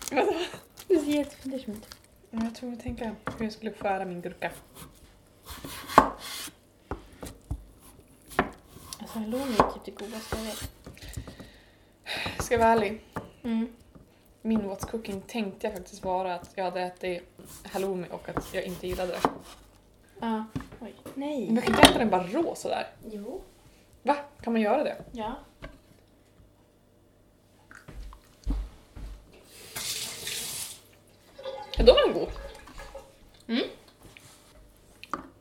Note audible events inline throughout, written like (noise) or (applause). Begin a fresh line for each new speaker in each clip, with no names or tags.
Ska jag ta?
Det ser jättefundersam ut.
Ja, Jag tror jag tänka hur jag skulle skära min gurka.
Alltså hallon är typ det godaste jag vet.
Ska jag vara ärlig,
Mm.
min What's Cooking tänkte jag faktiskt vara att jag hade ätit halloumi och att jag inte gillade det.
Ja. Oj. Nej.
Men man kan inte äta den bara rå sådär.
Jo.
Va? Kan man göra det?
Ja.
Ja, då var den god.
Mm.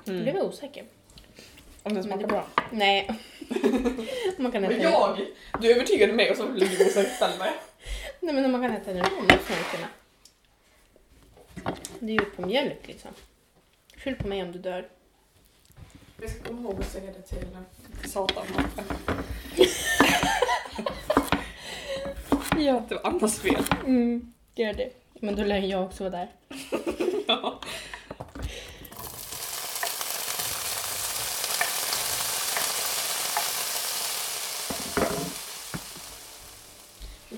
Nu blev
Mm.
jag osäker.
Om den
Men det
smakar
är
bra.
Nej. Man kan äta
Du övertygade mig och så blev du osäker själv.
Nej men man kan äta en rom med slankarna. Det är ju på mjölk liksom. Skyll på mig om du dör.
Jag ska komma ihåg att säga det till eh, Satan. ja, det var Annas fel.
Mm, gör det. Men då lär ju jag också vara där.
(laughs) Ja.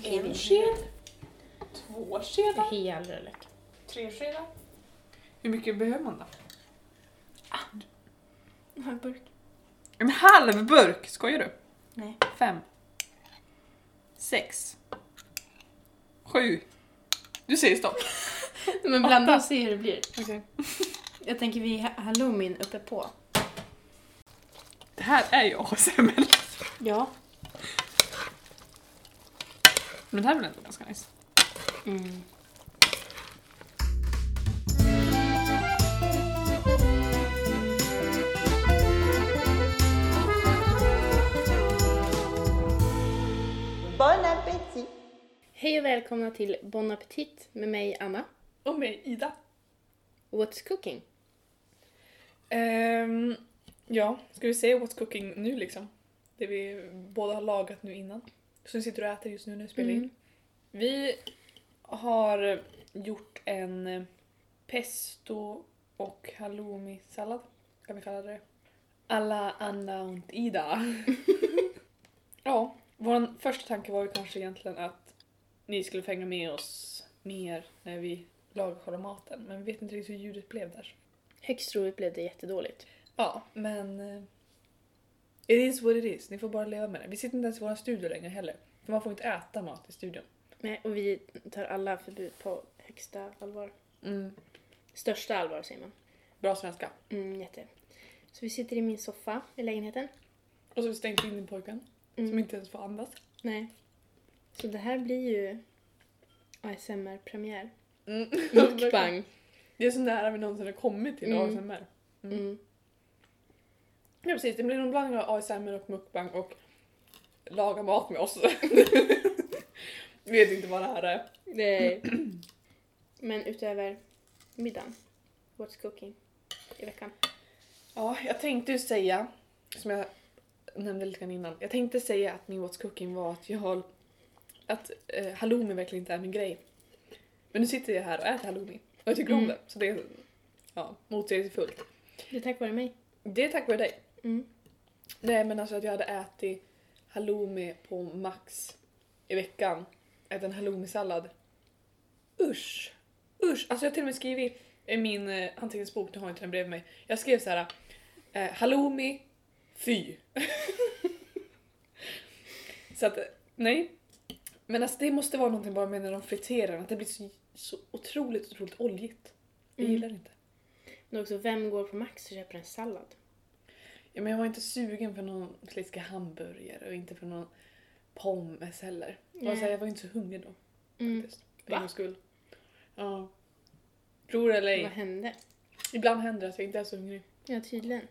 En sked. Två skedar.
Hej all rödlök.
Tre skedar. Hur mycket behöver man då?
En burk.
En halv burk! Skojar du?
Nej.
Fem. Sex. Sju. Du säger stopp.
Men blanda och se hur det blir.
Okay.
Jag tänker vi ha- halloumin uppe på.
Det här är ju ASML.
Ja.
Men det här är väl ändå ganska nice?
Mm.
Bon appétit
Hej och välkomna till Bon Appetit med mig Anna.
Och med Ida.
What's cooking?
Ehm, ja, ska vi se What's Cooking nu liksom? Det vi båda har lagat nu innan. Som vi sitter och äter just nu när vi spelar in.
Mm.
Vi har gjort en eh, pesto och halloumi-sallad. Kan vi kalla det Alla Anna och Ida. ja, vår första tanke var ju kanske egentligen att ni skulle få hänga med oss mer när vi lagar själva maten. Men vi vet inte riktigt hur ljudet blev där.
Högst troligt blev det jättedåligt.
Ja, men... eh, It is what it is. Ni får bara leva med det. Vi sitter inte ens i vår studio längre heller. För man får inte äta mat i studion.
Nej, och vi tar alla förbud på högsta allvar. Största allvar säger man.
Bra svenska.
Mm, jätte. Så vi sitter i min soffa i lägenheten. Mm.
Och så har vi stängt in din pojkvän. Som inte ens får andas.
Nej. Så det här blir ju (laughs) ASMR-premiär.
(laughs) Mm.
Mukbang.
Det är så nära vi någonsin har kommit till
Mm.
ASMR. Mm.
Mm.
Ja precis, det blir en blandning av ASMR och mukbang och laga mat med (laughs) oss. vi vet inte vad det här är.
Nej. (clears throat) Men utöver middagen, what's cooking i veckan?
Ja, jag tänkte ju säga, som jag nämnde lite grann innan, jag tänkte säga att min What's Cooking var att jag har, att eh, halloumi verkligen inte är min grej. Men nu sitter jag här och äter halloumi och jag tycker om
Mm.
det. Så det är ja, motsägelsefullt.
Det är tack vare mig.
Det är tack vare dig.
Mm.
Nej men alltså att jag hade ätit halloumi på max i veckan. Ätit en halloumisallad. Usch! Usch! Alltså jag har till och med skrivit i min eh, anteckningsbok, nu har jag inte den bredvid mig. Jag skrev så här. Eh, halloumi, fy. (laughs) så att eh, nej. Men alltså det måste vara någonting bara med när de friterar den, att det blir så, så otroligt, otroligt oljigt. Jag
Mm.
gillar inte.
Men också, vem går på Max och köper en sallad?
Ja, men jag var inte sugen för någon slitska hamburgare och inte för någon pommes heller. Det Var
Nej.
så här, jag var inte så hungrig då
Mm.
faktiskt. För
Va?
en gångs skull. Ja. Tror det eller
Vad
ej.
hände?
Ibland händer det att jag inte är så hungrig.
Ja, tydligen.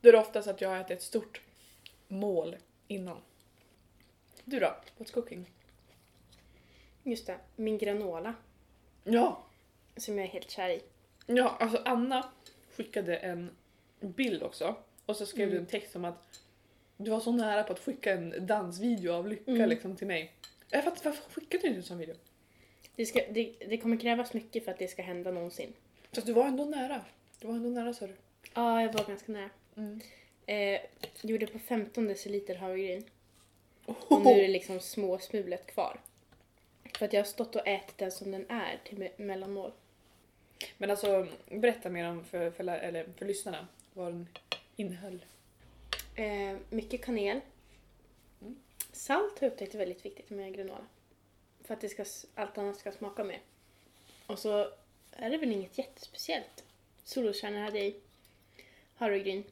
Då är det oftast att jag har ätit ett stort mål innan. Du då? What's cooking?
Just det, min granola
Ja!
som jag är helt kär i.
Ja, alltså Anna skickade en bild också. Och så skrev du en text om att du var så nära på att skicka en dansvideo av lycka
Mm.
liksom till mig. Jag fattar, varför skickade du inte en sån video?
Det, ska, det, det kommer krävas mycket för att det ska hända någonsin.
Fast du var ändå nära. Du var ändå nära sa du.
Ja, jag var ganska nära.
Mm.
Eh, gjorde på 15 deciliter havregryn. Och nu är det liksom småsmulet kvar. För att jag har stått och ätit den som den är till me- mellanmål.
Men alltså berätta mer om för, för, lä- eller för lyssnarna vad den innehöll.
Eh, mycket kanel.
Mm.
Salt har jag upptäckt är väldigt viktigt med granola. För att det ska, s- allt annat ska smaka mer. Och så är det väl inget jättespeciellt. Solroskärnor hade jag i. Havregryn.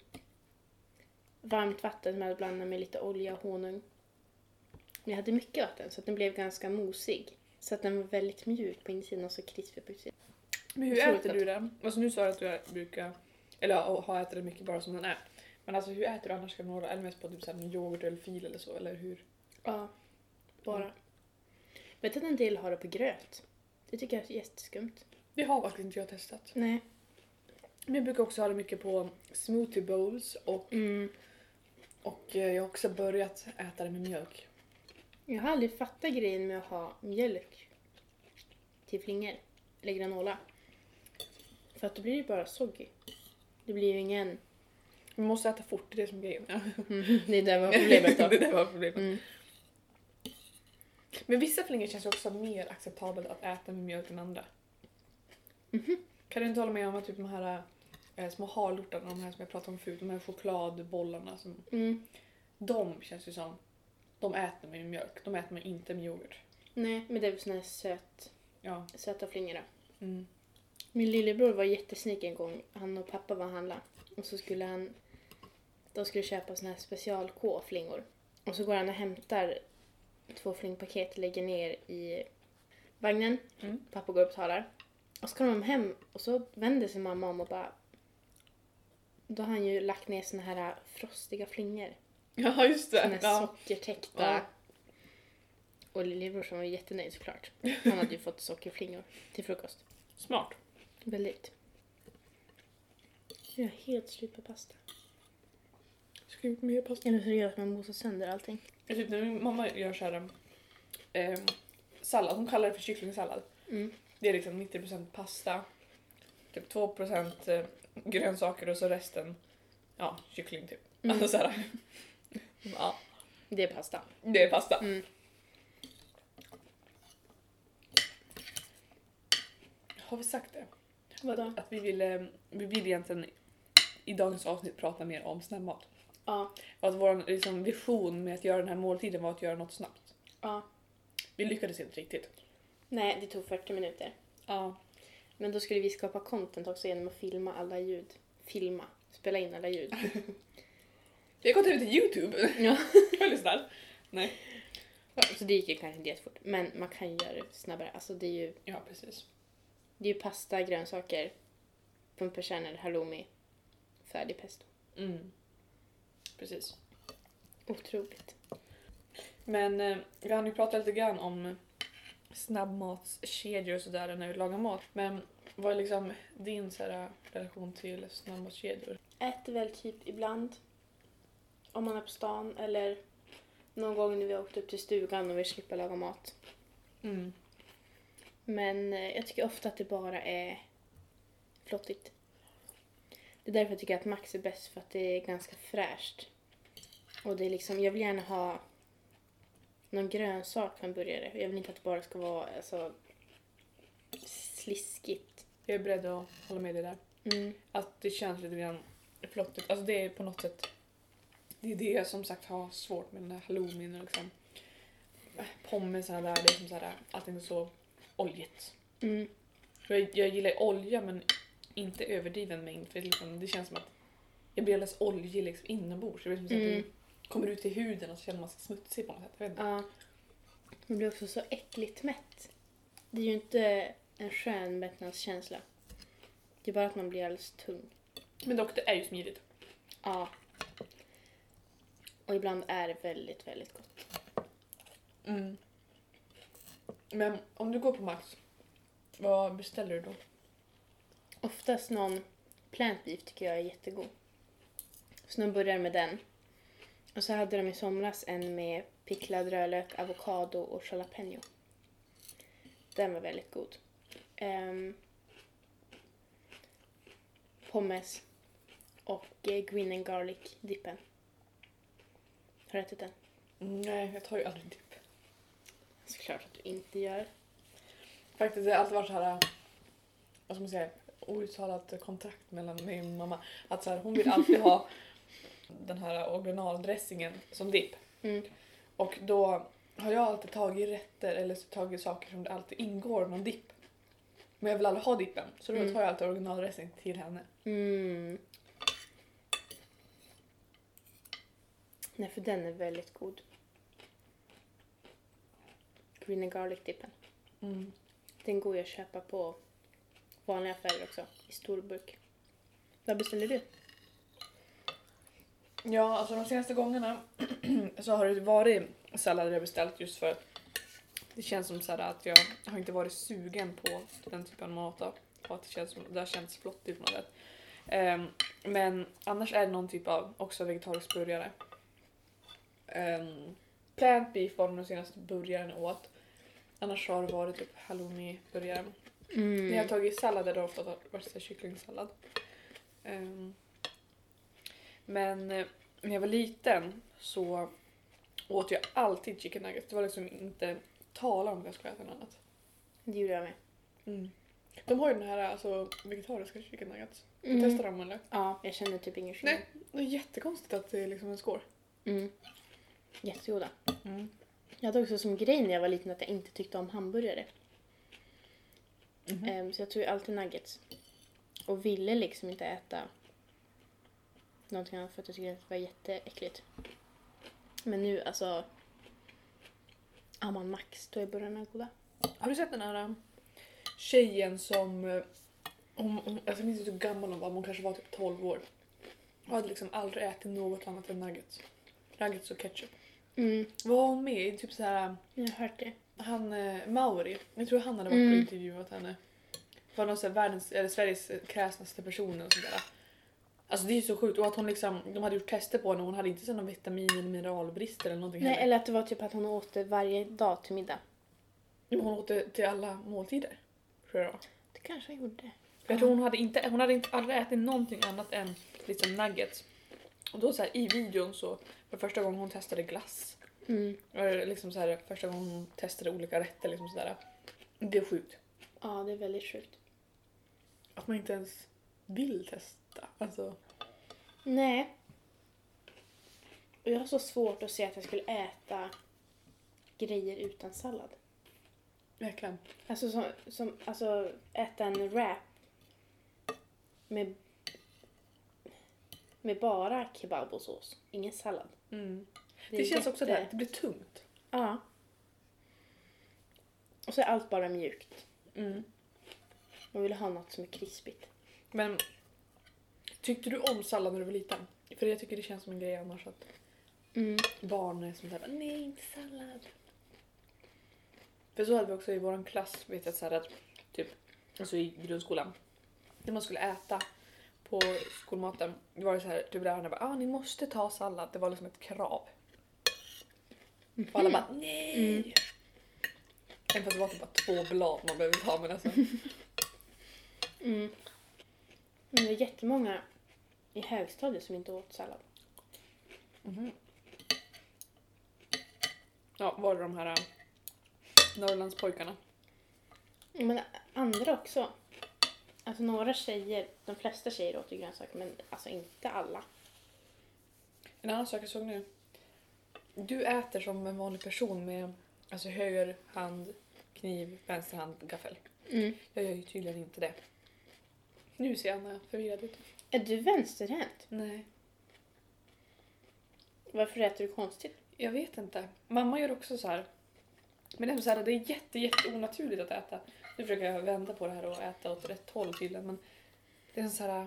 Varmt vatten som jag hade blandat med lite olja och honung. Men jag hade mycket vatten så att den blev ganska mosig. Så att den var väldigt mjuk på insidan och så krispig på utsidan.
Men hur
Otroligt
äter du den? Alltså nu sa du att du brukar, eller ja, har ätit den mycket bara som den är. Men alltså hur äter du annars granola? Är det mest på typ så här med yoghurt eller fil eller så eller hur?
Ja, bara.
Mm.
Vet att en del har det på gröt? Det tycker jag är jätteskumt.
Det har faktiskt inte jag testat.
Nej.
Men jag brukar också ha det mycket på smoothie bowls och,
Mm.
och eh, jag har också börjat äta det med mjölk.
Jag har aldrig fattat grejen med att ha mjölk till flingor. Eller granola. För att då blir det ju bara soggy. Det blir ju ingen... (laughs)
Man måste äta fort, det är det som är grejen.
Det är där vi har problemet
(laughs) det
(laughs) då.
där var problemet.
Mm.
Men vissa flingor känns ju också mer acceptabelt att äta med mjölk än andra. Kan du inte hålla med om att typ de här eh, små harlortarna, de här som jag pratade om förut, de här chokladbollarna, som,
Mm.
de känns ju som de äter med mjölk, de äter man inte med yoghurt.
Nej, men det är väl såna här söt,
Ja.
söta flingor då.
Mm. (laughs)
Min lillebror var jättesnygg en gång. Han och pappa var och handla. Och så skulle han... De skulle köpa såna här special-K flingor. Och så går han och hämtar två flingpaket och lägger ner i vagnen.
Mm.
Pappa går och betalar. Och så kommer de hem och så vänder sig mamma om och bara... Då har han ju lagt ner såna här äh, frostiga flingor.
Ja, just
Såna här
det. Ja.
sockertäckta.
Ja.
Och lillebrorsan var ju jättenöjd såklart. Han hade ju fått sockerflingor till frukost.
Smart.
Väldigt. Jag är helt slut på pasta.
Ska jag gjort mer pasta?
Eller hur gör att man mosar sönder allting?
Jag Typ när min mamma gör så här, eh, sallad, hon kallar det för kycklingsallad.
Mm.
Det är liksom 90% pasta, typ 2% eh, grönsaker och så resten ja, kyckling typ.
Mm.
Alltså så här, ja,
Det är pasta.
det är pasta.
Mm.
Har vi sagt det?
Vadå?
Att vi ville, vi vill egentligen i dagens avsnitt prata mer om snabbmat.
Ja.
Och att vår liksom, vision med att göra den här måltiden var att göra något snabbt.
ja.
Vi lyckades inte riktigt.
Nej, det tog 40 minuter.
Ja.
Men då skulle vi skapa content också genom att filma alla ljud. Filma. Spela in alla (laughs) ljud.
Vi har gått ut till Youtube.
ja.
(laughs) Jag lyssnar.
Så det gick ju kanske inte jättefort. Men man kan ju göra det snabbare. Alltså det är ju,
Ja, precis.
det är ju pasta, grönsaker, pumpekärnor, halloumi, färdig pesto.
Mm. Precis.
Otroligt.
Men eh, vi har ju pratat lite grann om snabbmatskedjor och sådär när vi lagar mat. Men vad är liksom din så här, relation till snabbmatskedjor?
äter väl typ ibland. Om man är på stan eller någon gång när vi har åkt upp till stugan och vi slipper laga mat.
Mm.
Men eh, jag tycker ofta att det bara är flottigt. Det är därför jag tycker att Max är bäst för att det är ganska fräscht. Och det är liksom, jag vill gärna ha någon grönsak på en burgare. Jag vill inte att det bara ska vara alltså, sliskigt.
Jag är beredd att hålla med dig där.
Mm.
Att det känns lite grann flottigt. Alltså det är på något sätt... Det är det jag som sagt har svårt med den här halloumin och liksom eh, pommesarna där. Det är som så här, allting är så oljigt.
Mm.
Jag, jag gillar ju olja men inte överdriven mängd för liksom, det känns som att jag blir alldeles oljig liksom, inombords. Det blir som så att
Mm.
det kommer ut i huden och så känner man sig smutsig på något sätt. Jag vet inte.
Ja. Man blir också så äckligt mätt. Det är ju inte en skön mättnadskänsla. Det är bara att man blir alldeles tung.
Men dock, det är ju smidigt.
Ja. Och ibland är det väldigt, väldigt gott.
Mm. Men om du går på Max, vad beställer du då?
Oftast någon plant beef tycker jag är jättegod. Så de börjar med den. Och så hade de i somras en med picklad rödlök, avokado och jalapeno. Den var väldigt god. Ehm, pommes och eh, green and garlic dippen. Har du ätit den?
Nej, Mm, jag tar ju aldrig dipp.
Såklart att du inte gör.
Faktiskt, det har alltid varit så här, äh, vad ska man säga, outtalat kontrakt mellan mig och min mamma. Att så här, hon vill
(laughs)
alltid ha den här originaldressingen som dipp.
Mm.
Och då har jag alltid tagit rätter eller så tagit saker som det alltid ingår någon dipp. Men jag vill aldrig ha dippen, så då
Mm.
tar jag alltid originaldressing till henne.
Mm. Nej, för den är väldigt god. Green and garlic-dippen. Mm. Den går ju att köpa på vanliga affärer också, i stor burk. Vad beställer du?
Ja, alltså de senaste gångerna (clears throat) så har det varit sallader jag beställt just för att det känns som så här att jag har inte varit sugen på den typen av mat. då. Och att det, känns som, det har känts flottigt på något sätt. Ehm, men annars är det någon typ av också vegetarisk burgare. Um, plant beef var den senaste burgaren jag åt. Annars har det varit typ halloumi-burgare. När jag har tagit sallader har det ofta varit så här kycklingsallad. Ehm, men eh, när jag var liten så åt jag alltid chicken nuggets. Det var liksom inte tal om att jag skulle äta något annat.
Det gjorde jag med.
Mm. De har ju den här alltså, vegetariska chicken nuggets.
Mm.
Testa dem eller?
Ja, jag känner typ ingen skillnad.
Nej. Det är jättekonstigt att det är liksom en skår.
Mm. Jättegoda.
Mm.
Jag hade också som grej när jag var liten att jag inte tyckte om hamburgare.
Mhm.
Ehm, så jag tog ju alltid nuggets. Och ville liksom inte äta någonting annat för att jag tyckte att det var jätteäckligt. Men nu alltså... Amman Max, då är burgarna goda.
Har du sett den här um, tjejen som... eh, Hon, hon, alltså jag minns inte hur gammal hon var, men hon kanske var typ 12 år. Hon hade liksom aldrig ätit något annat än nuggets. Nuggets och ketchup.
Mm,
Var hon med i typ så här...
jag har hört det.
Han eh, Mauri, jag tror han hade varit
Mm.
och intervjuat henne. Var någon så här världens, eller Sveriges eh, kräsnaste person och sådär. Alltså det är ju så sjukt. Och att hon liksom, de hade gjort tester på henne och hon hade inte sett någon vitamin eller mineralbrist eller någonting
Nej,
heller.
eller att det var typ att hon åt det varje dag till middag.
Jo, Hon åt det till alla måltider. Tror jag.
Det kanske jag gjorde.
För jag tror hon hade inte, hon hade inte aldrig ätit någonting annat än liksom nuggets. Och då så här, i videon så var första gången hon testade glass.
Mm.
Eller liksom så här, första gången hon testade olika rätter liksom sådär. Det är sjukt.
Ja, det är väldigt sjukt.
Att man inte ens vill testa. Alltså.
Nej. Och jag har så svårt att se att jag skulle äta grejer utan sallad.
Verkligen.
Alltså, som, som, alltså äta en wrap med, med bara kebab och sås. Ingen sallad.
Mm, Det,
är
känns också
jätte-
där, det blir tungt.
Ja. Och så är allt bara mjukt.
Mm.
Man vill ha något som är krispigt.
Men tyckte du om sallad när du var liten? För jag tycker det känns som en grej annars att Mm. barn är som såhär nej inte sallad. För så hade vi också i vår klass vet jag så här att typ, alltså i grundskolan, när man skulle äta på skolmaten, det var det så här typ lärarna bara ah, ni måste ta sallad, det var liksom ett krav. Och alla bara nej!
Mm.
Även fast det var typ bara två blad man behövde ta men alltså.
Mm. Men det var jättemånga i högstadiet som inte åt sallad.
Ja, var det de här äh, Norrlandspojkarna?
Men andra också. Alltså några tjejer, de flesta tjejer åt ju grönsaker men alltså inte alla.
En annan sak jag såg nu. Du äter som en vanlig person med alltså, höger hand, kniv, vänster hand, gaffel.
Mm.
Jag gör ju tydligen inte det. Nu ser Anna förvirrad ut.
Är du vänsterhänt?
Nej,
Varför äter du konstigt?
jag vet inte. Mamma gör också så här. Men det är, så här, det är jätte, jätte onaturligt att äta. Nu försöker jag vända på det här och äta åt rätt håll tydligen. Men det är så här,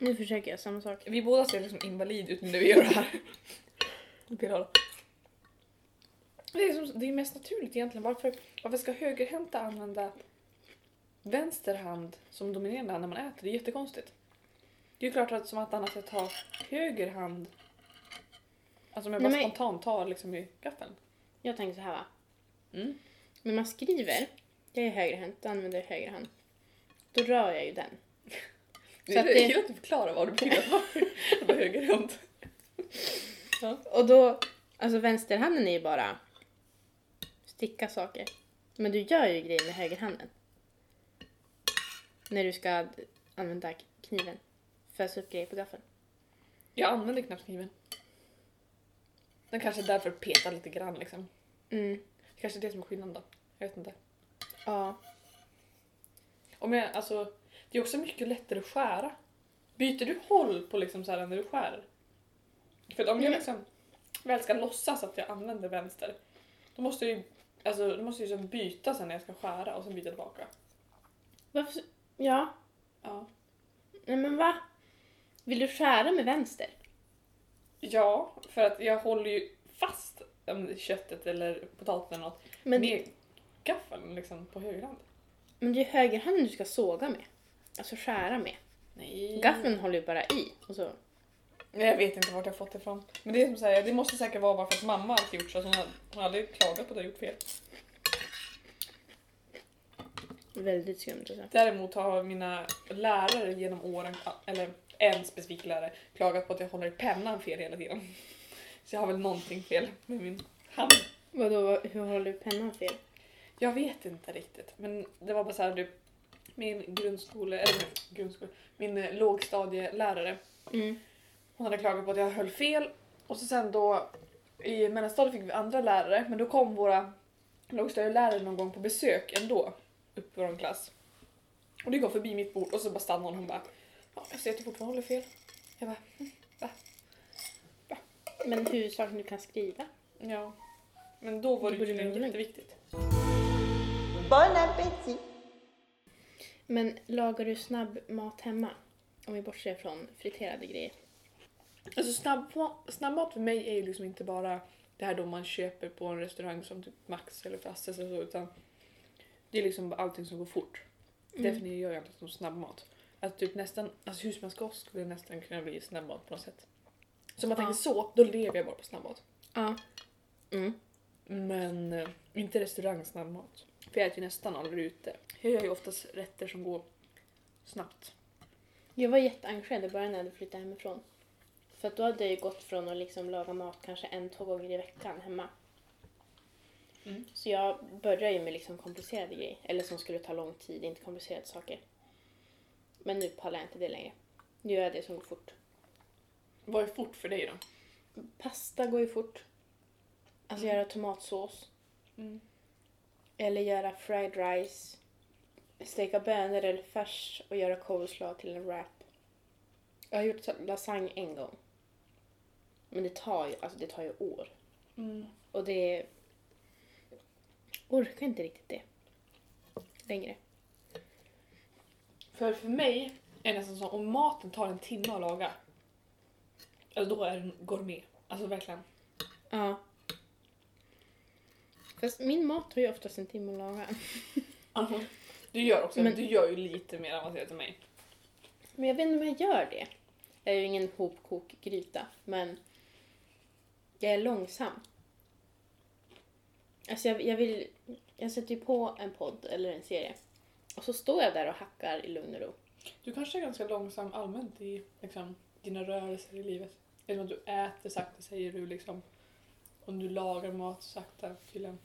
Nu försöker jag samma sak.
vi båda ser liksom invalid ut när vi gör det här. Det är, det är, som, det är mest naturligt egentligen. Varför, varför ska högerhänta använda vänster hand som dominerande hand när man äter? Det är jättekonstigt. Det är ju klart att som att annars jag tar höger hand. Alltså om jag bara
Nej, men-
spontant tar liksom i gaffeln.
Jag tänker så här va.
Mm.
När man skriver, jag är högerhänt, då använder jag höger hand. Då rör jag ju den.
Så att
det-
det... Jag att du förklarar vad du (laughs) menar med högerhänt.
Och då, alltså vänsterhanden är ju bara sticka saker. Men du gör ju grejer med högerhanden. När du ska använda kniven. För att få upp grejer på gaffeln.
Jag använder knappt kniven. Den kanske därför petar lite grann liksom.
Mm.
Det kanske är det som är skillnaden då. Jag vet inte.
Ja.
Om jag, alltså, det är också mycket lättare att skära. Byter du håll på liksom så här när du skär? För att om jag
Mm.
liksom väl ska låtsas att jag använder vänster, då måste jag ju alltså, då måste jag ju liksom byta sen när jag ska skära och sen byta tillbaka.
Varför? Ja.
Ja.
Nej men va? Vill du skära med vänster?
ja, för att jag håller ju fast om köttet eller potatisen eller något
Men, det-
med gaffeln liksom på höger hand.
men det är ju högerhanden du ska såga med. Alltså skära med.
Nej.
Gaffeln håller ju bara i. Och så.
Nej, Jag vet inte vart jag har fått det ifrån. Men det är som säger, det måste säkert vara bara för att mamma alltid gjort så. att Hon har, hon har aldrig klagat på att jag gjort fel.
Väldigt skumt alltså.
Däremot har mina lärare genom åren, eller en specifik lärare, klagat på att jag håller i pennan fel hela tiden. Så jag har väl någonting fel med min hand.
Vadå, vad- hur håller du pennan fel?
Jag vet inte riktigt, men det var bara så här du, min grundskole, eller min grundskole, min eh, lågstadielärare,
Mm.
hon hade klagat på att jag höll fel. Och så sen då i mellanstadiet fick vi andra lärare, men då kom våra lågstadielärare någon gång på besök ändå, upp i vår klass. Och det går förbi mitt bord och så bara stannar hon och hon bara ja, jag ser att du fortfarande håller fel. Jag bara
Men huvudsaken du kan skriva.
ja. Men då var det
Då blir det
tydligen
roligt.
jätteviktigt.
Bon appétit
Men lagar du snabb mat hemma? Om vi bortser från friterade grejer.
Alltså snabbmat, snabbmat för mig är ju liksom inte bara det här då man köper på en restaurang som typ Max eller Frasses eller så utan det är liksom bara allting som går fort.
Mm.
Därför gör jag inte som snabbmat. Att typ nästan, alltså husmanskost skulle nästan kunna bli snabbmat på något sätt. Så om man
Ja.
tänker så, då lever jag bara på snabbmat.
Ja. Mm.
Men eh, inte restaurangsnabbmat. För jag äter ju nästan aldrig ute. Jag gör ju oftast rätter som går snabbt.
Jag var jätteengagerad i början när jag hade flyttat hemifrån. För att då hade jag ju gått från att liksom laga mat kanske en, två gånger i veckan hemma.
Mm.
Så jag började ju med liksom komplicerade grejer. Eller som skulle ta lång tid, inte komplicerade saker. Men nu pallar jag inte det längre. Nu gör jag det som går fort.
Vad är fort för dig då?
Pasta går ju fort. Alltså göra tomatsås.
Mm.
Eller göra fried rice. Steka bönor eller färs och göra coleslaw till en wrap. Jag har gjort så- lasagne en gång. Men det tar ju, alltså det tar ju år.
mm.
Och det... Orkar inte riktigt det. Längre.
För för mig är det nästan så om maten tar en timme att laga. Alltså då är den gourmet. Alltså verkligen.
Ja. Fast min mat tar ju oftast en timme att laga.
Du gör också,
Men-
du gör ju lite mer avancerat än mig.
Men jag vet inte om jag gör det. Jag är ju ingen hopkokgryta, men jag är långsam. Alltså jag, jag vill... Jag sätter ju på en podd eller en serie och så står jag där och hackar i lugn och ro.
Du kanske är ganska långsam allmänt i liksom, dina rörelser i livet. Genom att du äter sakta säger du liksom. Om du lagar mat sakta tydligen.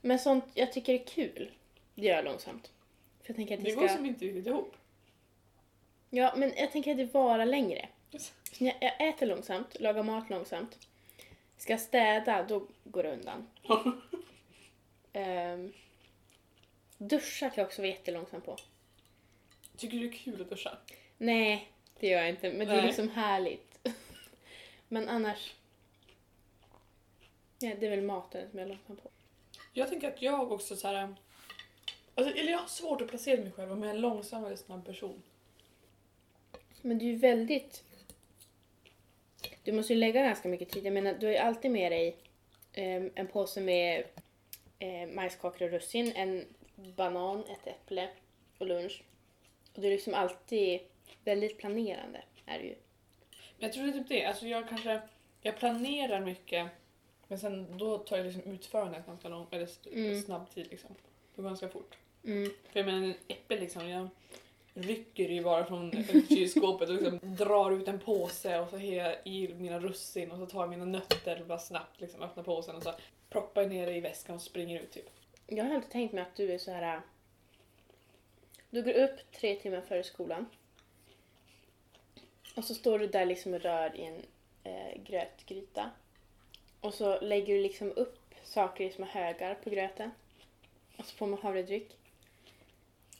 Men sånt jag tycker är kul, det gör jag långsamt. För jag tänker att det,
Det går
ska...
som inte riktigt ihop.
Ja, men jag tänker att det varar längre.
Yes.
Så när jag äter långsamt, lagar mat långsamt, ska jag städa, då går det undan. Ehm, duscha kan jag också vara jättelångsam på.
Tycker du det är kul att duscha?
Nej, det gör jag inte, men det är
Nej.
liksom härligt. (laughs) men annars... Ja, det är väl maten som jag är långsam på.
Jag tänker att jag också så här. Alltså, eller jag har svårt att placera mig själv om jag är en långsam eller snabb person.
Men du är ju väldigt... Du måste ju lägga ganska mycket tid. Jag menar, du har ju alltid med dig ehm, en påse med eh, majskakor och russin, en banan, ett äpple och lunch. Och du är liksom alltid väldigt planerande. Är du ju.
Men jag tror det är typ det. Alltså jag kanske jag planerar mycket men sen då tar jag liksom utförandet ganska lång eller s-
Mm.
snabb tid liksom. Det går ganska fort.
Mm.
För jag menar en äpple liksom, jag rycker ju bara från kylskåpet och liksom drar ut en påse och så har jag i mina russin och så tar jag mina nötter och bara snabbt liksom öppnar påsen och så proppar jag ner det i väskan och springer ut typ.
Jag har alltid tänkt mig att du är så här. äh, Du går upp tre timmar före skolan. Och så står du där liksom och rör i en eh, grötgryta. Och så lägger du liksom upp saker i små högar på gröten. Och så får man havredryck.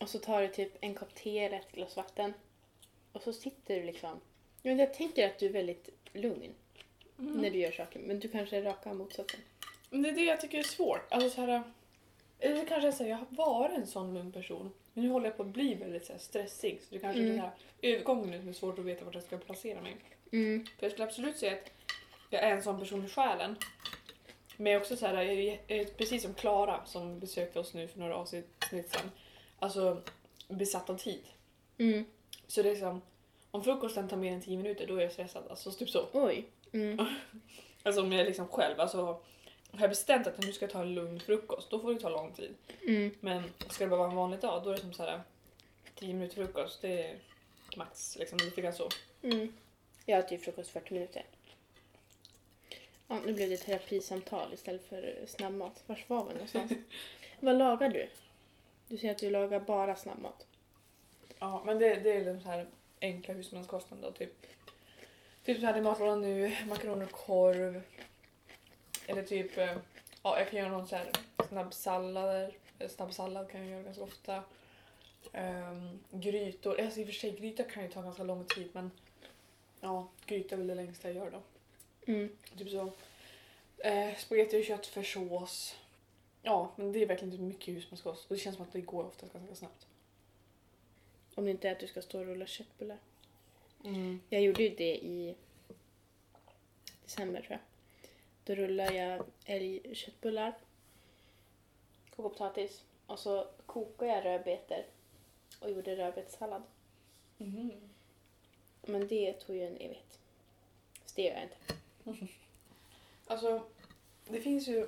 Och så tar du typ en kopp te eller ett glas vatten. Och så sitter du liksom. Jag, vet, jag tänker att du är väldigt lugn
Mm.
när du gör saker. Men du kanske är raka motsatsen.
Men det är det jag tycker är svårt. Alltså så här, eller kanske jag säger, jag har varit en sån lugn person. Men nu håller jag på att bli väldigt så här, stressig. Så det kanske är
Mm.
den här övergången som är svårt att veta vart jag ska placera mig.
Mm.
För jag skulle absolut säga att jag är en sån person i själen. Men jag är också så här, jag är, ju- jag är precis som Klara som besökte oss nu för några avsnitt sedan. Alltså besatt av tid.
Mm.
Så det är som, om frukosten tar mer än 10 minuter då är jag stressad. Alltså typ så.
Oj. Mm.
Alltså om jag är liksom själv, alltså har jag bestämt att nu ska jag ta en lugn frukost, då får det ta lång tid.
Mm.
Men ska det bara vara en vanlig dag, då är det som såhär 10 minuter frukost, det är max liksom lite grann så.
Mm. Jag åt ju frukost 40 minuter. Ja, nu blev det terapisamtal istället för eh, snabbmat. Vars var vi (laughs) någonstans? Vad lagar du? Du säger att du lagar bara snabbmat.
Ja, men det, det är liksom så här enkla husmanskostnader då, typ. Typ så här i matlådan nu, makaroner och korv. Eller typ, eh, ja jag kan göra någon så här snabb sallader. Eh, Snabb sallad kan jag göra ganska ofta. Ehm, grytor, alltså i och för sig gryta kan ju ta ganska lång tid men ja, gryta är väl det längsta jag gör då.
Mm.
Typ så. Eh, spagetti och köttfärssås. Ja, men det är verkligen typ mycket husmanskost och det känns som att det går oftast ganska snabbt.
Om det inte är att du ska stå och rulla köttbullar. Jag gjorde ju det i december tror jag. Då rullade jag älgköttbullar, kokade potatis och så kokade jag rödbetor och gjorde rödbetssallad.
Mhm.
Men det tog ju en evighet. Så det gör jag inte.
Alltså, det finns ju...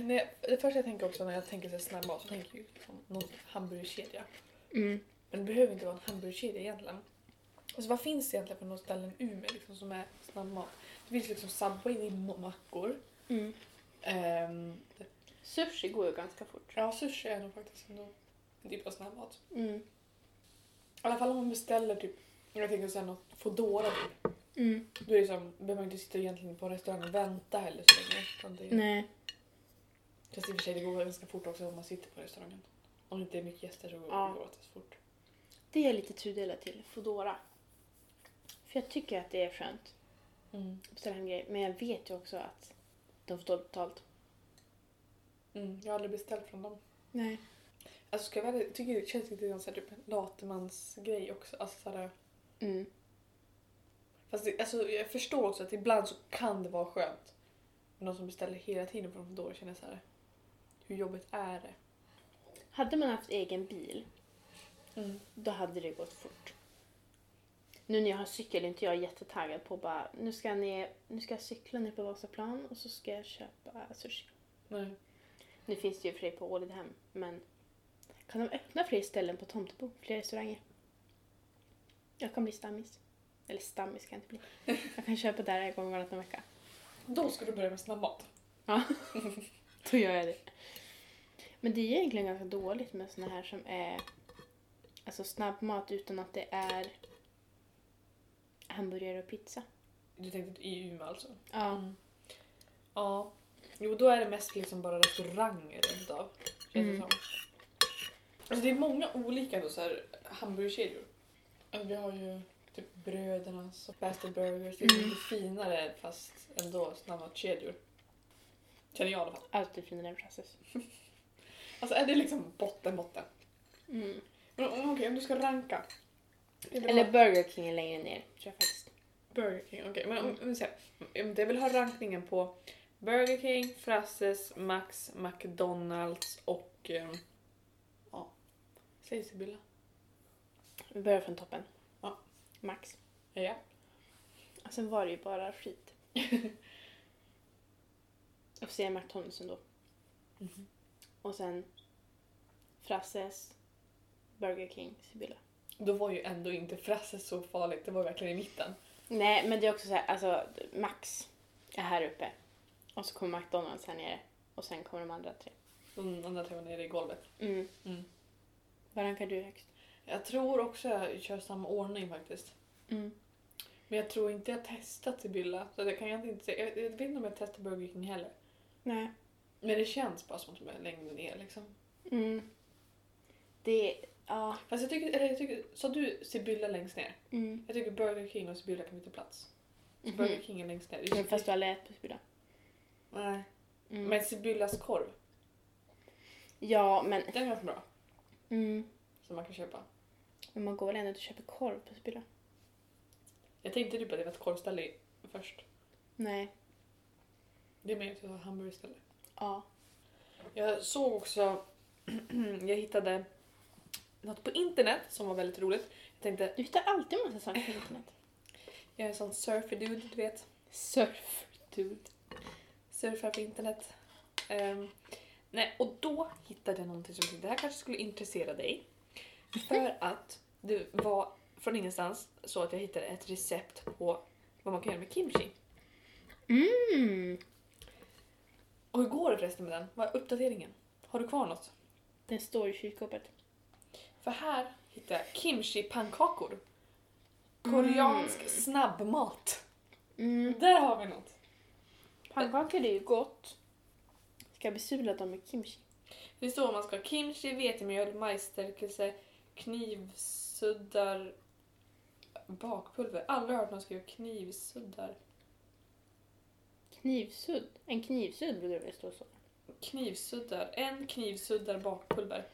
När jag, det första jag tänker också när jag tänker så här snabbmat så tänker jag ju på någon hamburgerkedja.
Mm.
Men det behöver inte vara en hamburgerkedja egentligen. Alltså vad finns det egentligen på något ställe i Umeå liksom, som är snabbmat? Det finns liksom Subway, det är ma- mackor.
Mm.
Ehm,
Sushi går ju ganska fort.
ja, sushi är nog faktiskt ändå en typ av snabbmat.
Mm.
I alla fall om man beställer typ, jag tänker såhär något Foodora typ.
Mm.
Då är det som, behöver man inte sitta egentligen på restaurang och vänta heller så länge. utan det-
Nej.
Fast i och för sig det går ganska fort också om man sitter på restaurangen. Om det inte är mycket gäster så går
Ja.
det går åt fort.
Det är jag lite tudelad till. Foodora. För jag tycker att det är skönt
Mm.
att beställa hem grejer. Men jag vet ju också att de får dåligt betalt.
Mm, Jag har aldrig beställt från dem.
Nej.
Alltså ska jag vara ärlig, jag tycker det känns lite grann såhär typ latemansgrej också. Alltså såhär,
Mm.
fast det, alltså, jag förstår också att ibland så kan det vara skönt. Men de som beställer hela tiden från Foodora känner jag såhär, hur jobbigt är det?
Hade man haft egen bil,
Mm.
då hade det gått fort. Nu när jag har cykel är inte jag jättetaggad på bara, nu ska jag, ner, nu ska jag cykla ner på Vasaplan och så ska jag köpa sushi.
Nej.
Nu finns det ju fler på Ålidhem, men kan de öppna fler ställen på Tomtebo? Fler restauranger? Jag kan bli stammis. Eller stammis kan jag inte bli. Jag kan köpa där en gång varannan vecka.
Då ska du börja med snabbmat.
Ja, då gör jag det. Men det är egentligen ganska dåligt med såna här som är alltså snabbmat utan att det är hamburgare och pizza.
Du tänkte i Umeå alltså?
Ja.
Mm. Ja. Jo, då är det mest liksom bara restauranger runt av. Känns det
Mm.
som. Alltså det är många olika då, så här, hamburgerkedjor. Alltså, vi har ju typ Brödernas och Bastard Burgers. Det är
Mm.
lite finare fast ändå snabbmatskedjor. Känner jag i alla fall.
Alltid finare än Frasses.
Alltså är det liksom botten, botten?
Mm.
Men om- okej, om du ska ranka. Jag vill
Eller
ha
Burger King är längre ner, tror jag faktiskt.
Burger King, okej. Men om, om, vi säger- om jag vill ha rankningen på Burger King, Frasses, Max, McDonalds och... ehm, ja. Säg Sibylla.
Vi börjar från toppen.
Ja.
Max.
Ja.
Och sen var det ju bara skit. (laughs) och sen McDonalds ändå.
Mhm.
Och sen Frasses, Burger King, Sibylla.
Då var ju ändå inte Frasses så farligt, det var verkligen i mitten.
Nej, men det är också så här, alltså Max är här uppe. Och så kommer McDonalds här nere. Och sen kommer de andra tre.
Den andra träffar nere i golvet.
Mm.
Mm.
Vad rankar du högst?
Jag tror också jag kör samma ordning faktiskt.
Mm.
Men jag tror inte jag testat Sibylla. Så det kan jag inte säga. Jag, jag vet inte om jag testar Burger King heller.
Nej.
Men det känns bara som att de är längre ner liksom.
Mm. Det är... Ja.
Fast jag tycker, eller jag tycker, sa du Sibylla längst ner?
Mm.
Jag tycker Burger King och Sibylla kan byta plats. Så
Mhm.
Burger King är längst ner. Det är
Men
så-
Fast du aldrig ätit på Sibylla.
Nej.
Mm.
Men Sibyllas korv,
Ja, men...
den är ganska bra.
Mm.
Som man kan köpa.
Men man går väl ändå inte och köper korv på Sibylla?
Jag tänkte typ att det var ett korvställe i- först.
Nej.
Det är mer ett hamburgerställe.
Ja.
Jag såg också, (clears throat) jag hittade något på internet som var väldigt roligt. Jag tänkte,
Du hittar alltid massa saker på internet.
jag är en sån surfer dude, du vet.
Surf, dude.
surfar på internet. Ehm, nej, och då hittade jag någonting som jag tänkte, det här kanske skulle intressera dig. För att det var från ingenstans så att jag hittade ett recept på vad man kan göra med kimchi.
Mm.
Och hur går det förresten med den? Vad är uppdateringen? Har du kvar något?
Den står i kylskåpet.
För här hittade jag kimchi-pannkakor. Koreansk snabbmat.
Mm.
Där har vi något.
Pannkakor är ju gott. Ska besula dem med kimchi.
Det står man ska ha kimchi, vetemjöl, majsstärkelse, knivsuddar, bakpulver. Aldrig hört någon skriva knivsuddar.
Knivsudd. En knivsudd brukar det väl stå så.
Knivsuddar. En knivsuddar bakpulver.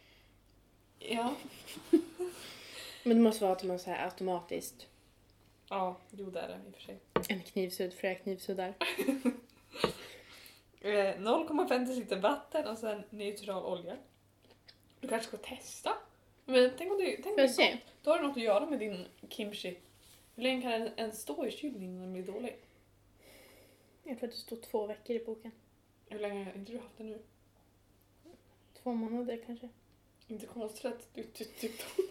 Ja.
Men det måste vara att man så här automatiskt.
Ja, jo det är det i och för sig.
En knivsudd, flera knivsuddar.
Eh, 0,5 deciliter vatten och sen neutral olja. Du kanske ska testa? Men tänk om du... Tänk
Får jag
om-
se?
Då har du något att göra med din kimchi. Hur länge kan den ens stå i kylen innan den blir dålig?
Jag tror att det står två veckor i boken.
Hur länge har inte du haft den nu?
Två månader kanske.
Inte konstigt att du ty- (laughs) tyckte om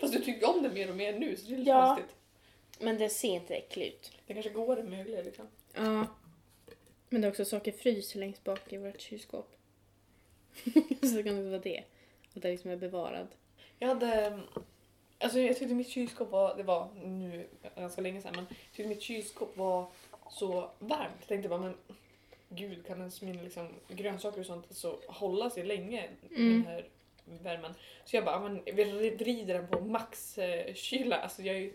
Fast du tycker om det mer och mer nu så det är lite
Ja.
konstigt.
Men den ser inte äcklig ut.
Det kanske går det möjliga liksom.
Ja. Men det är också saker fryser längst bak i vårt kylskåp. (laughs) så det kan det vara det. Att det liksom är bevarad.
Jag hade... mm, Alltså jag tyckte mitt kylskåp var, det var nu ganska länge sedan, men jag tyckte mitt kylskåp var så varmt. Jag tänkte bara men gud kan ens mina liksom, grönsaker och sånt så hålla sig länge i
Mm.
den här värmen. Så jag bara, men vi vrider den på max eh, kyla. Alltså jag, är ju-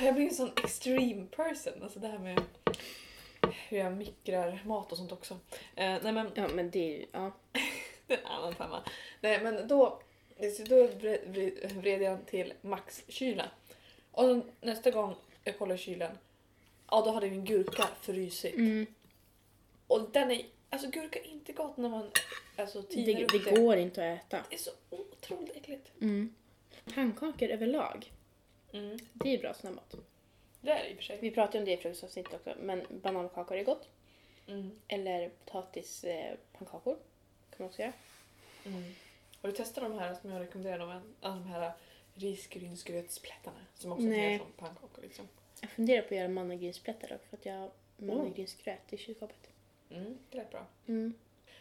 jag blir en sån extreme person. Alltså det här med hur jag mikrar mat och sånt också. Eh, nej men
Ja men det är ju, ja.
(laughs) det är en annan femma. Nej men då, så då vred- vred- vred jag den till maxkyla. Och då, nästa gång jag kollar kylen, ja då hade min gurka frysit.
Mm.
Och den är, alltså gurka är inte gott när man alltså, tinar
Det,
upp
det går inte att äta.
Det är så otroligt äckligt.
Mm. Pannkakor överlag, det är ju bra snabbmat.
Mm, Det är det i och för sig.
Vi pratade om det i frukostavsnittet också, men banankakor är gott.
Mm.
Eller potatispannkakor kan man också göra.
Mm. Har du testat de här som jag rekommenderade? De här, de här risgrynsgrötsplättarna som också
Nej.
är som pannkakor. Liksom.
Jag funderar på att göra mannagrynsplättar dock för att jag har mannagrynsgröt i kylskåpet.
Mm, det lät bra.
Mm.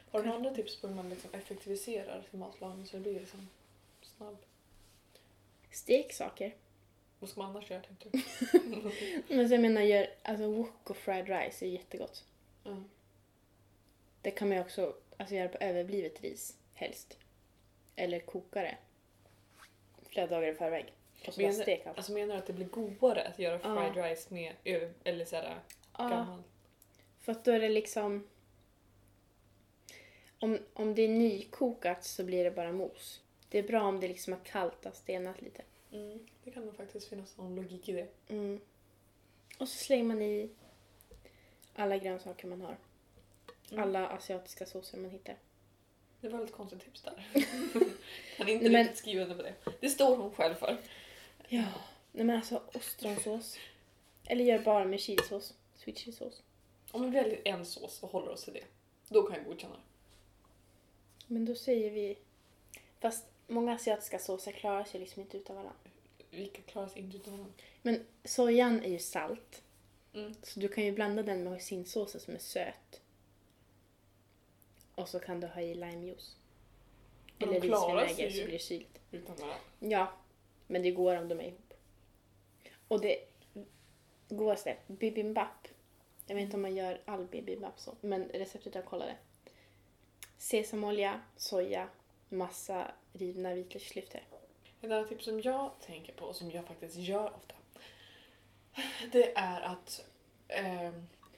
Har du några andra tips på hur man liksom effektiviserar sin matlagning så det blir liksom snabb?
Stek saker.
Vad ska man annars göra tänkte du?
Men så jag menar, gör, alltså wok och fried rice är jättegott.
Ja.
Det kan man ju också alltså, göra på överblivet ris, helst. Eller koka det. Flera dagar i förväg. Och så bara
Men-
steka allt.
Alltså menar du att det blir godare att göra
Ja.
fried rice med ö- eller såhär
Ja,
gammal?
för att då är det liksom... Om, om det är nykokat så blir det bara mos. Det är bra om det liksom har kallt och stelnat lite.
Mm, det kan nog faktiskt finnas någon logik i det.
Mm. Och så slänger man i alla grönsaker man har.
Mm.
Alla asiatiska såser man hittar.
Det var ett konstigt
(laughs)
tips där. (laughs) kan inte
Nej, men-
riktigt skriva under på det. Det står hon själv för.
Ja. Nej men alltså ostronsås. Eller gör bara med chilisås. Sweet chilisås.
Om vi väljer en sås och håller oss till det, då kan jag godkänna det.
Men då säger vi... Fast många asiatiska såser klarar sig liksom inte utav varandra.
Vilka klarar sig inte utan varandra?
Men sojan är ju salt.
Mm.
Så du kan ju blanda den med hoisinsåsen som är söt. Och så kan du ha i limejuice.
De
Eller
klarar sig
risvinäger
ju.
så blir det syrligt.
Utan varandra.
Ja, men det går om de är ihop. Och det godaste, bibimbap. Jag vet inte om man gör all bibimbap så, men receptet jag kollade. Sesamolja, soja, massa rivna vitlöksklyftor.
Ett annat tips som jag tänker på och som jag faktiskt gör ofta. Det är att eh,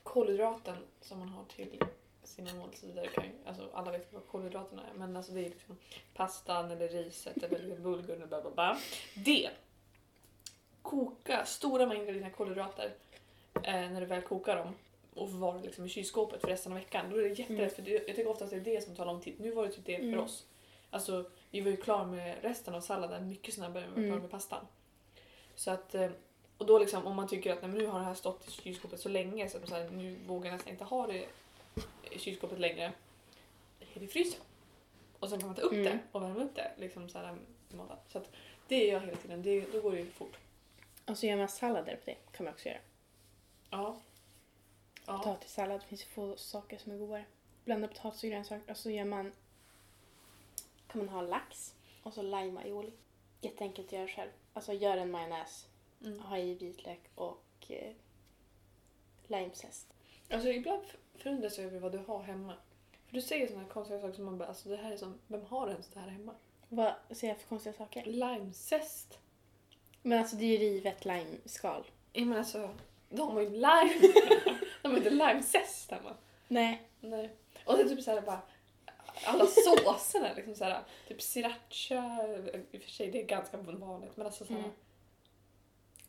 kolhydraten som man har till sina måltider, kan, ju- alltså alla vet vad kolhydraterna är, men alltså det är liksom pastan eller riset eller bulgurn och bla bla bla. Det! Koka stora mängder dina kolhydrater eh, när du väl kokar dem och förvara liksom i kylskåpet för resten av veckan. Då är det jätterätt för det, jag tycker ofta att det är det som tar lång tid. Nu var det typ det
Mm.
för oss. Alltså vi var ju klara med resten av salladen mycket snabbare än vi var
Mm.
klara med pastan. Så att, eh, och då liksom om man tycker att nej, men nu har det här stått i kylskåpet så länge så, att man så här, nu vågar jag nästan inte ha det i kylskåpet längre. Häll i frysen. Och sen kan man ta upp
Mm.
det och värma upp det. Liksom så här, mata. så att det gör jag hela tiden, det, då går det ju fort.
Och så gör man sallader på det, kan man också göra.
Ja. Ja.
Potatissallad, det finns ju få saker som är godare. Blanda potatis och grönsaker och så gör man... kan man ha lax och så lime-aioli. Jätteenkelt att göra själv. Alltså gör en majonnäs,
Mm.
ha i vitlök och eh, limesäst.
Alltså ibland förundras jag över vad du har hemma. För du säger sådana konstiga saker som man bara, alltså det här är som, vem har ens det här hemma?
Vad säger jag för konstiga saker?
Limesäst.
Men alltså det är ju rivet limeskal.
Ja men alltså, de har ju lime. (laughs) de har inte limesäst hemma.
Nej.
Nej. Och det är typ såhär bara, alla såserna liksom såhär, typ sriracha, i och för sig det är ganska vanligt men alltså såhär,
Mm.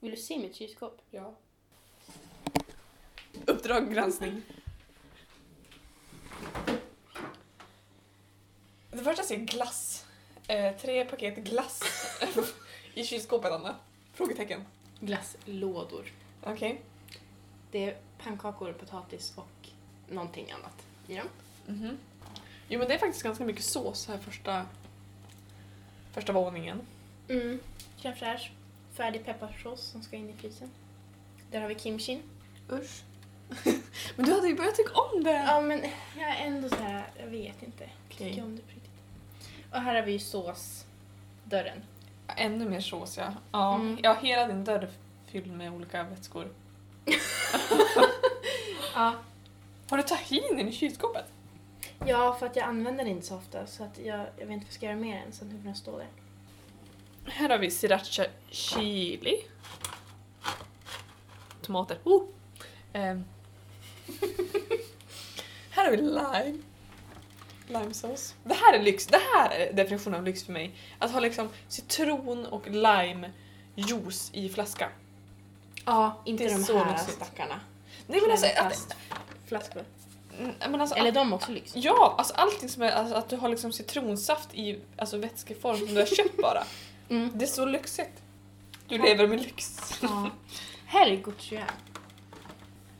Vill du se mitt kylskåp?
ja. Uppdrag granskning. Det första ser glass. Eh, tre paket (laughs) glass i kylskåpet Anna. Frågetecken.
Glasslådor.
Okej.
Det är pannkakor, potatis och någonting annat i dem.
Mhm. Jo men det är faktiskt ganska mycket sås här första, första våningen.
Mm. Crème fraîche. Färdig pepparsås som ska in i frysen. Där har vi kimchin.
Usch. (laughs) men du hade ju börjat tycka om det!
Ja men jag är ändå så här, jag vet inte.
Okej.
Tycker om det på riktigt. Och här har vi ju såsdörren.
Ännu mer sås ja. Ja,
Mm.
ja hela din dörr är fylld med olika vätskor.
Ja.
Har du tahinin i kylskåpet?
ja, för att jag använder den inte så ofta så att jag, jag vet inte vad jag ska göra med den så att nu får den stå där.
Här har vi sriracha chili. Tomater. Oh!
(laughs)
Ehm. här har vi lime. Limesås. Det här är lyx. Det här är definitionen av lyx för mig. Att ha liksom citron och lime juice i flaska.
Ja, inte
Det är
de
så
här
lyxigt.
stackarna.
Nej men alltså... Att,
Fast flaskor.
mm, men alltså
Eller de också lyx.
Ja, alltså allting som är alltså, att du har liksom citronsaft i alltså, vätskeform som du har köpt bara.
Mm.
Det är så lyxigt. Du lever med lyx.
Ja. Här är gochujang.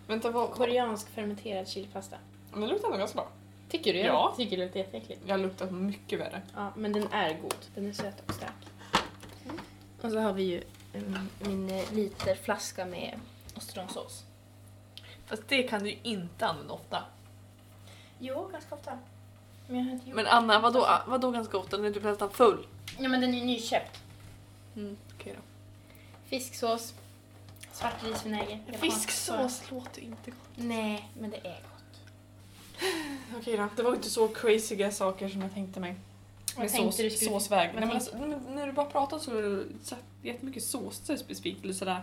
Vänta, vad,
Koreansk fermenterad chilipasta.
Men det luktar ändå ganska bra.
Tycker du?
Ja.
Tycker du att det är jätteäckligt?
Jag luktar mycket värre.
Ja, men den är god. Den är söt och stark. Mm. Och så har vi ju mm, min eh, literflaska med ostronsås.
Fast det kan du ju inte använda ofta.
Jo, ganska ofta. Men jag har inte gjort
Men Anna, vadå, Ah, vadå ganska ofta? Den är typ nästan full.
Ja, men den är nyköpt.
Mm, okej då.
Fisksås. Svart risvinäger. japansk sås.
Fisksås låter inte gott.
Nej, men det är gott.
Okej då, det var inte så crazyga saker som jag tänkte mig.
Vad tänkte du skulle-
såsväg.
vad
Nej, men
tänkte-
alltså, n- när du bara pratar så är det så jättemycket såser specifikt. Eller sådär.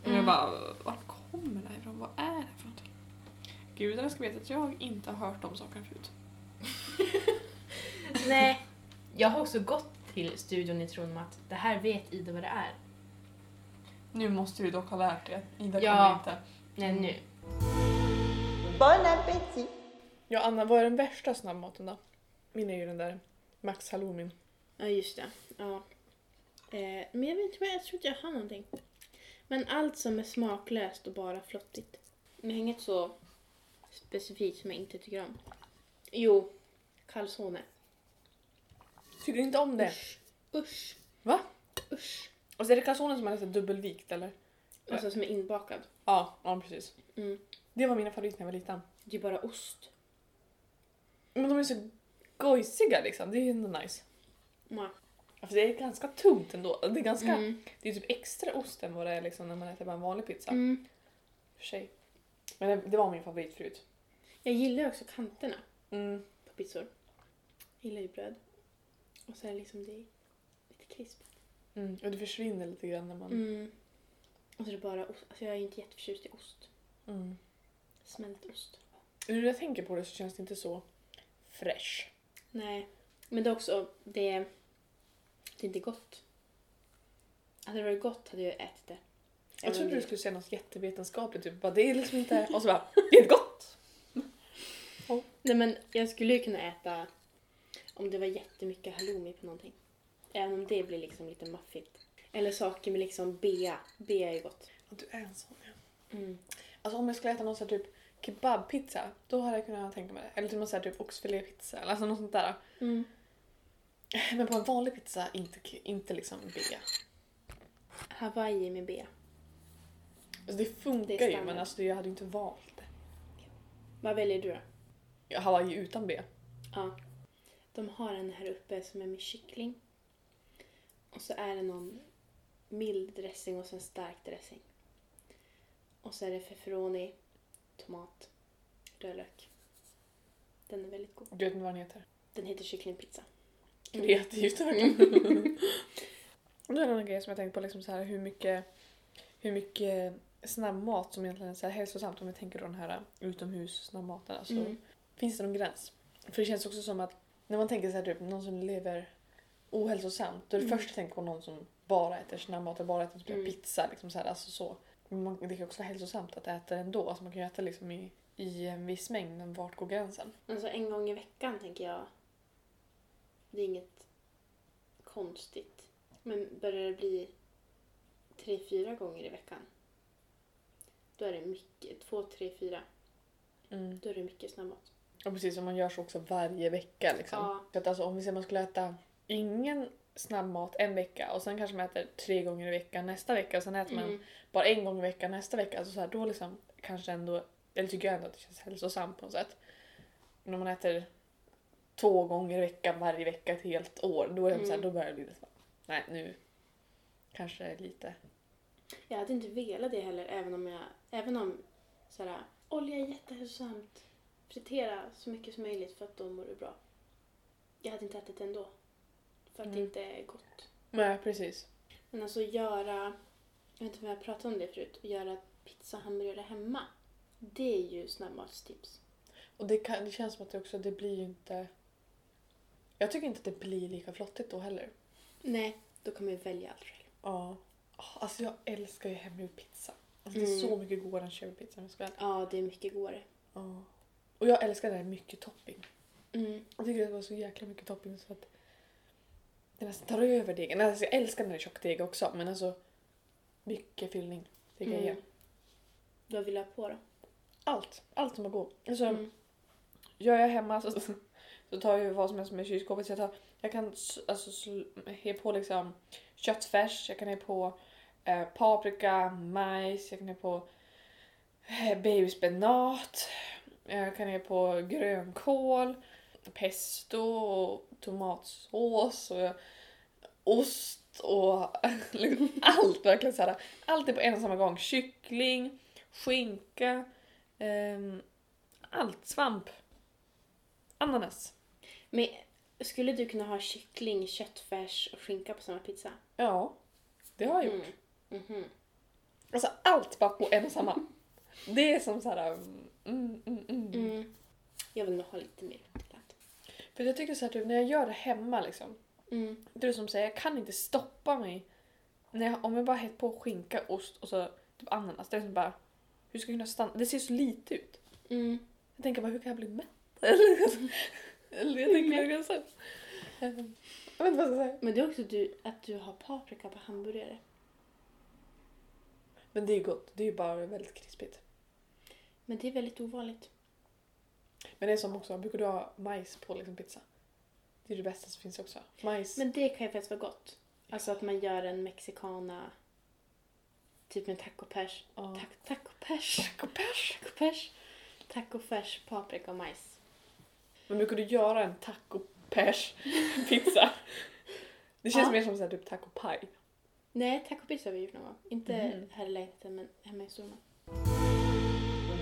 Och
Mm.
jag bara, vart kommer det här ifrån? Vad är det här för någonting? Gudarna ska veta att jag inte har hört de sakerna förut.
Nej. Jag har också gått till studion i tron om att det här vet Ida vad det är.
Nu måste du dock ha lärt dig att Ida
Ja.
kommer inte.
Nej, nu.
Bon appétit
Ja Anna, vad är den värsta snabbmaten då? Min är ju den där Max Halloumin.
Ja, just det. Ja. Eh, men jag vet inte, men jag tror inte jag har någonting. Men allt som är smaklöst och bara flottigt. Men jag har inget så specifikt som jag inte tycker om. Jo, calzone.
Tycker du inte om det?
Usch. Usch.
Va?
Usch.
Och så är det kalsonen som är lite dubbelvikt eller?
Alltså som är inbakad.
Ja, ja precis.
Mm.
Det var mina favoriter när jag var liten.
Det är bara ost.
Men de är så gojsiga liksom. Det är ju ändå nice.
Mwah.
För det är ganska tungt ändå. Det är, ganska,
Mm.
det är typ extra ost än vad det är liksom när man äter bara en vanlig pizza.
Mm.
För sig. Men det, det var min favorit förut.
Jag gillar ju också kanterna
Mm.
på pizzor. Jag gillar ju bröd. Och så är det liksom det är lite krispigt.
Mm. Och det försvinner lite grann när man...
Mm. Och så är det bara ost. Alltså jag är inte jätteförtjust i ost.
Mm.
Smält ost.
När jag tänker på det så känns det inte så fresh.
Nej. Men det är också, det är, det är inte gott. Hade det varit gott hade jag ätit det. Även
Jag
om
trodde du
det-
skulle säga något jättevetenskapligt, typ bara det är liksom inte... Och så bara, det är inte gott!
Nej men jag skulle ju kunna äta om det var jättemycket halloumi på någonting. Även om det blir liksom lite maffigt. Eller saker med liksom bea. Bea är ju gott.
Och du är en sån ja.
Mm.
Alltså om jag skulle äta någon sån här typ kebabpizza, då hade jag kunnat tänka mig det. Eller typ någon sån här typ oxfilépizza eller alltså något sånt där.
Mm.
Men på en vanlig pizza, inte, k- inte liksom B. Alltså
Hawaii med bea.
Alltså, det funkar
Det är
ju men
standard.
alltså det- jag hade ju inte valt det.
Vad väljer du då?
Jag hade ju utan B.
Ja. De har en här uppe som är med kyckling. Och så är det någon mild dressing och sen stark dressing. Och så är det feferoni, tomat, rödlök. Den är väldigt god.
Du vet inte vad den heter?
Den heter kycklingpizza. Mm.
Jag vet ju (laughs) inte verkligen. Det är en annan grej som jag tänkt på, liksom så här, hur mycket, hur mycket snabbmat som egentligen är så här hälsosamt. Om jag tänker då den här utomhus snabbmaten. Alltså,
Mm.
Finns det någon gräns? För det känns också som att när man tänker så här, typ, någon som lever ohälsosamt. Då är det
Mm.
först jag tänker på någon som bara äter snabbmat och bara äter typ
Mm.
pizza. Liksom så här, alltså så. Men man, det är också hälsosamt att äta ändå. Alltså man kan ju äta liksom i, i en viss mängd, men vart går gränsen?
Alltså en gång i veckan tänker jag. Det är inget konstigt. Men börjar det bli tre, fyra gånger i veckan. Då är det mycket. Två, tre, fyra.
Mm.
Då är det mycket snabbmat.
Och precis, som man gör så också varje vecka. Liksom.
Ja.
Så att alltså, om vi säger man skulle äta ingen snabbmat en vecka och sen kanske man äter tre gånger i veckan nästa vecka och sen äter man
Mm.
bara en gång i veckan nästa vecka. Alltså så här, då liksom kanske ändå, eller tycker jag ändå att det känns hälsosamt på något sätt. Men om man äter två gånger i veckan varje vecka ett helt år, då, är det så här,
Mm.
då börjar det bli lite så här, nej nu kanske det är lite.
Jag hade inte velat det heller även om jag... Även om såhär, olja är jättehälsosamt. Fritera så mycket som möjligt för att då mår du bra. Jag hade inte ätit det ändå. För att det
Mm.
inte är gott.
Nej precis.
Men alltså göra, jag vet inte om jag pratade om det förut, göra pizza och hamburgare hemma. Det är ju snabbmatstips.
Och det, kan, det känns som att det också, det blir ju inte... Jag tycker inte att det blir lika flottigt då heller.
Nej, då kan man ju välja allt själv.
Ja. Ah, Alltså jag älskar ju hemgjord pizza. Alltså Det är
Mm.
så mycket godare än köpizza om jag ska vara ärlig.
Ja, det är mycket godare.
Ja. Och jag älskar det här mycket topping.
Mm.
Jag tycker att det var så jäkla mycket topping så att det nästan tar över degen. Alltså jag älskar när det är tjock deg också men alltså mycket fyllning. Det är grejen.
Mm. Vad vill du ha på då?
Allt. Allt som är god. Alltså,
Mm.
Gör jag hemma så, så tar jag ju vad som helst med kylskåpet. Så jag, tar, jag kan s- alltså, sl- he på liksom köttfärs, jag kan he på eh, paprika, majs, jag kan he på eh, babyspenat, jag kan he på grönkål, pesto, och tomatsås och ost och (laughs) liksom allt verkligen så här. Allt är på en och samma gång. Kyckling, skinka, ehm, allt. Svamp. Ananas.
Men skulle du kunna ha kyckling, köttfärs och skinka på samma pizza?
Ja, det har jag gjort.
Mm. Mhm.
Alltså allt bara på en och samma. Det är som så här. um, Mm, mm, mm.
Mm. Jag vill nog ha lite mer rutillat.
För jag tycker så här, typ, när jag gör det hemma liksom.
Mm.
Det är som säger, jag kan inte stoppa mig. När jag, om jag bara hett på skinka, ost och så typ ananas. Det är som bara, hur ska jag kunna stanna? Det ser så lite ut.
Mm.
Jag tänker bara, hur kan jag bli mätt? Eller eller jag tänker verkligen så. Ehm, Jag vet inte vad jag ska säga.
Men det är också du, att du har paprika på hamburgare.
Men det är ju gott. Det är ju bara väldigt krispigt.
Men det är väldigt ovanligt.
Men det är som också, brukar du ha majs på liksom pizza? Det är det bästa som finns också. Majs.
Men det kan ju faktiskt vara gott. Alltså att man gör en mexicana, typ med tacopers.
ja.
Ta- tacopers.
Tack och pärs.
Tacopers. Tacofärs, paprika och majs.
Men brukar du göra en
(laughs)
taco-pers-pizza? Det känns
Ja.
mer som så här, typ taco-paj.
Nej, tacopizza har vi gjort någon gång. Inte
Mhm.
här i lägenheten men hemma i Storma.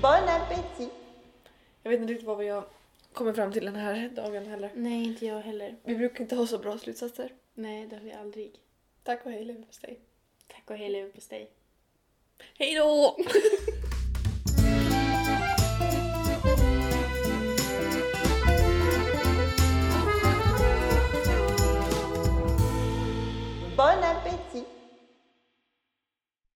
Bon appétit
Jag vet inte riktigt vad vi har kommit fram till den här dagen heller.
Nej, inte jag heller.
Vi brukar inte ha så bra slutsatser.
Nej, det har vi aldrig.
Tack och hej leverpastej.
Tack och hej leverpastej.
Hej då!